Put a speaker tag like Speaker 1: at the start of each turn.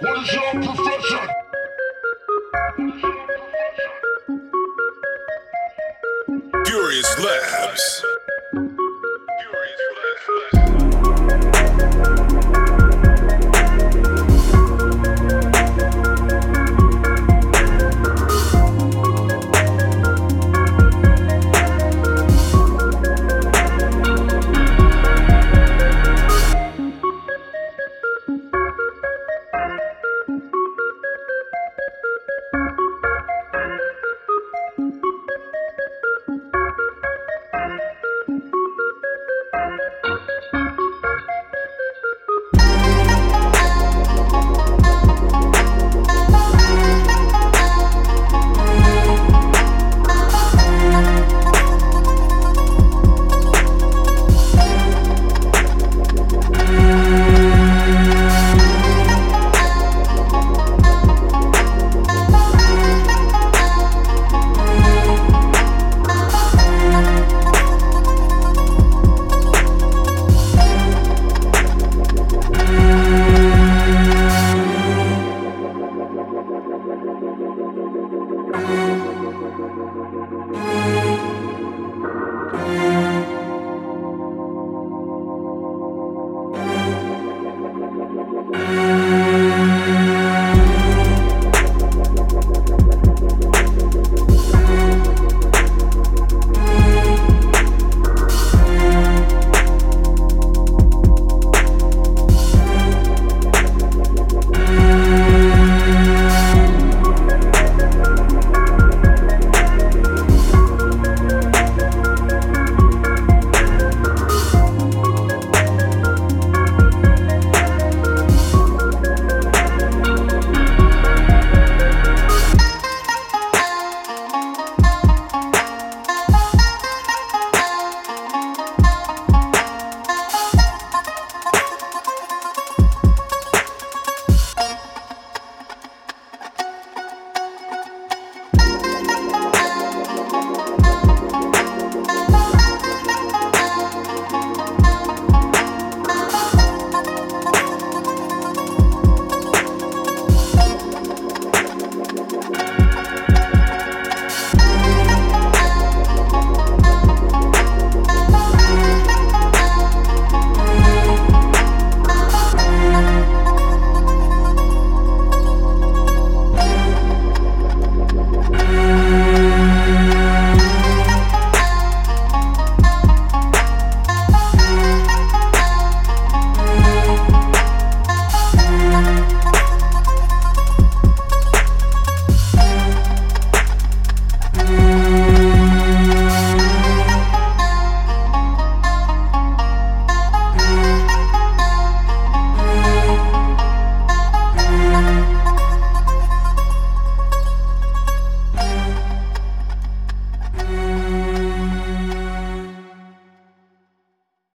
Speaker 1: What is your profession?
Speaker 2: Furious Labs.
Speaker 1: Furious Labs.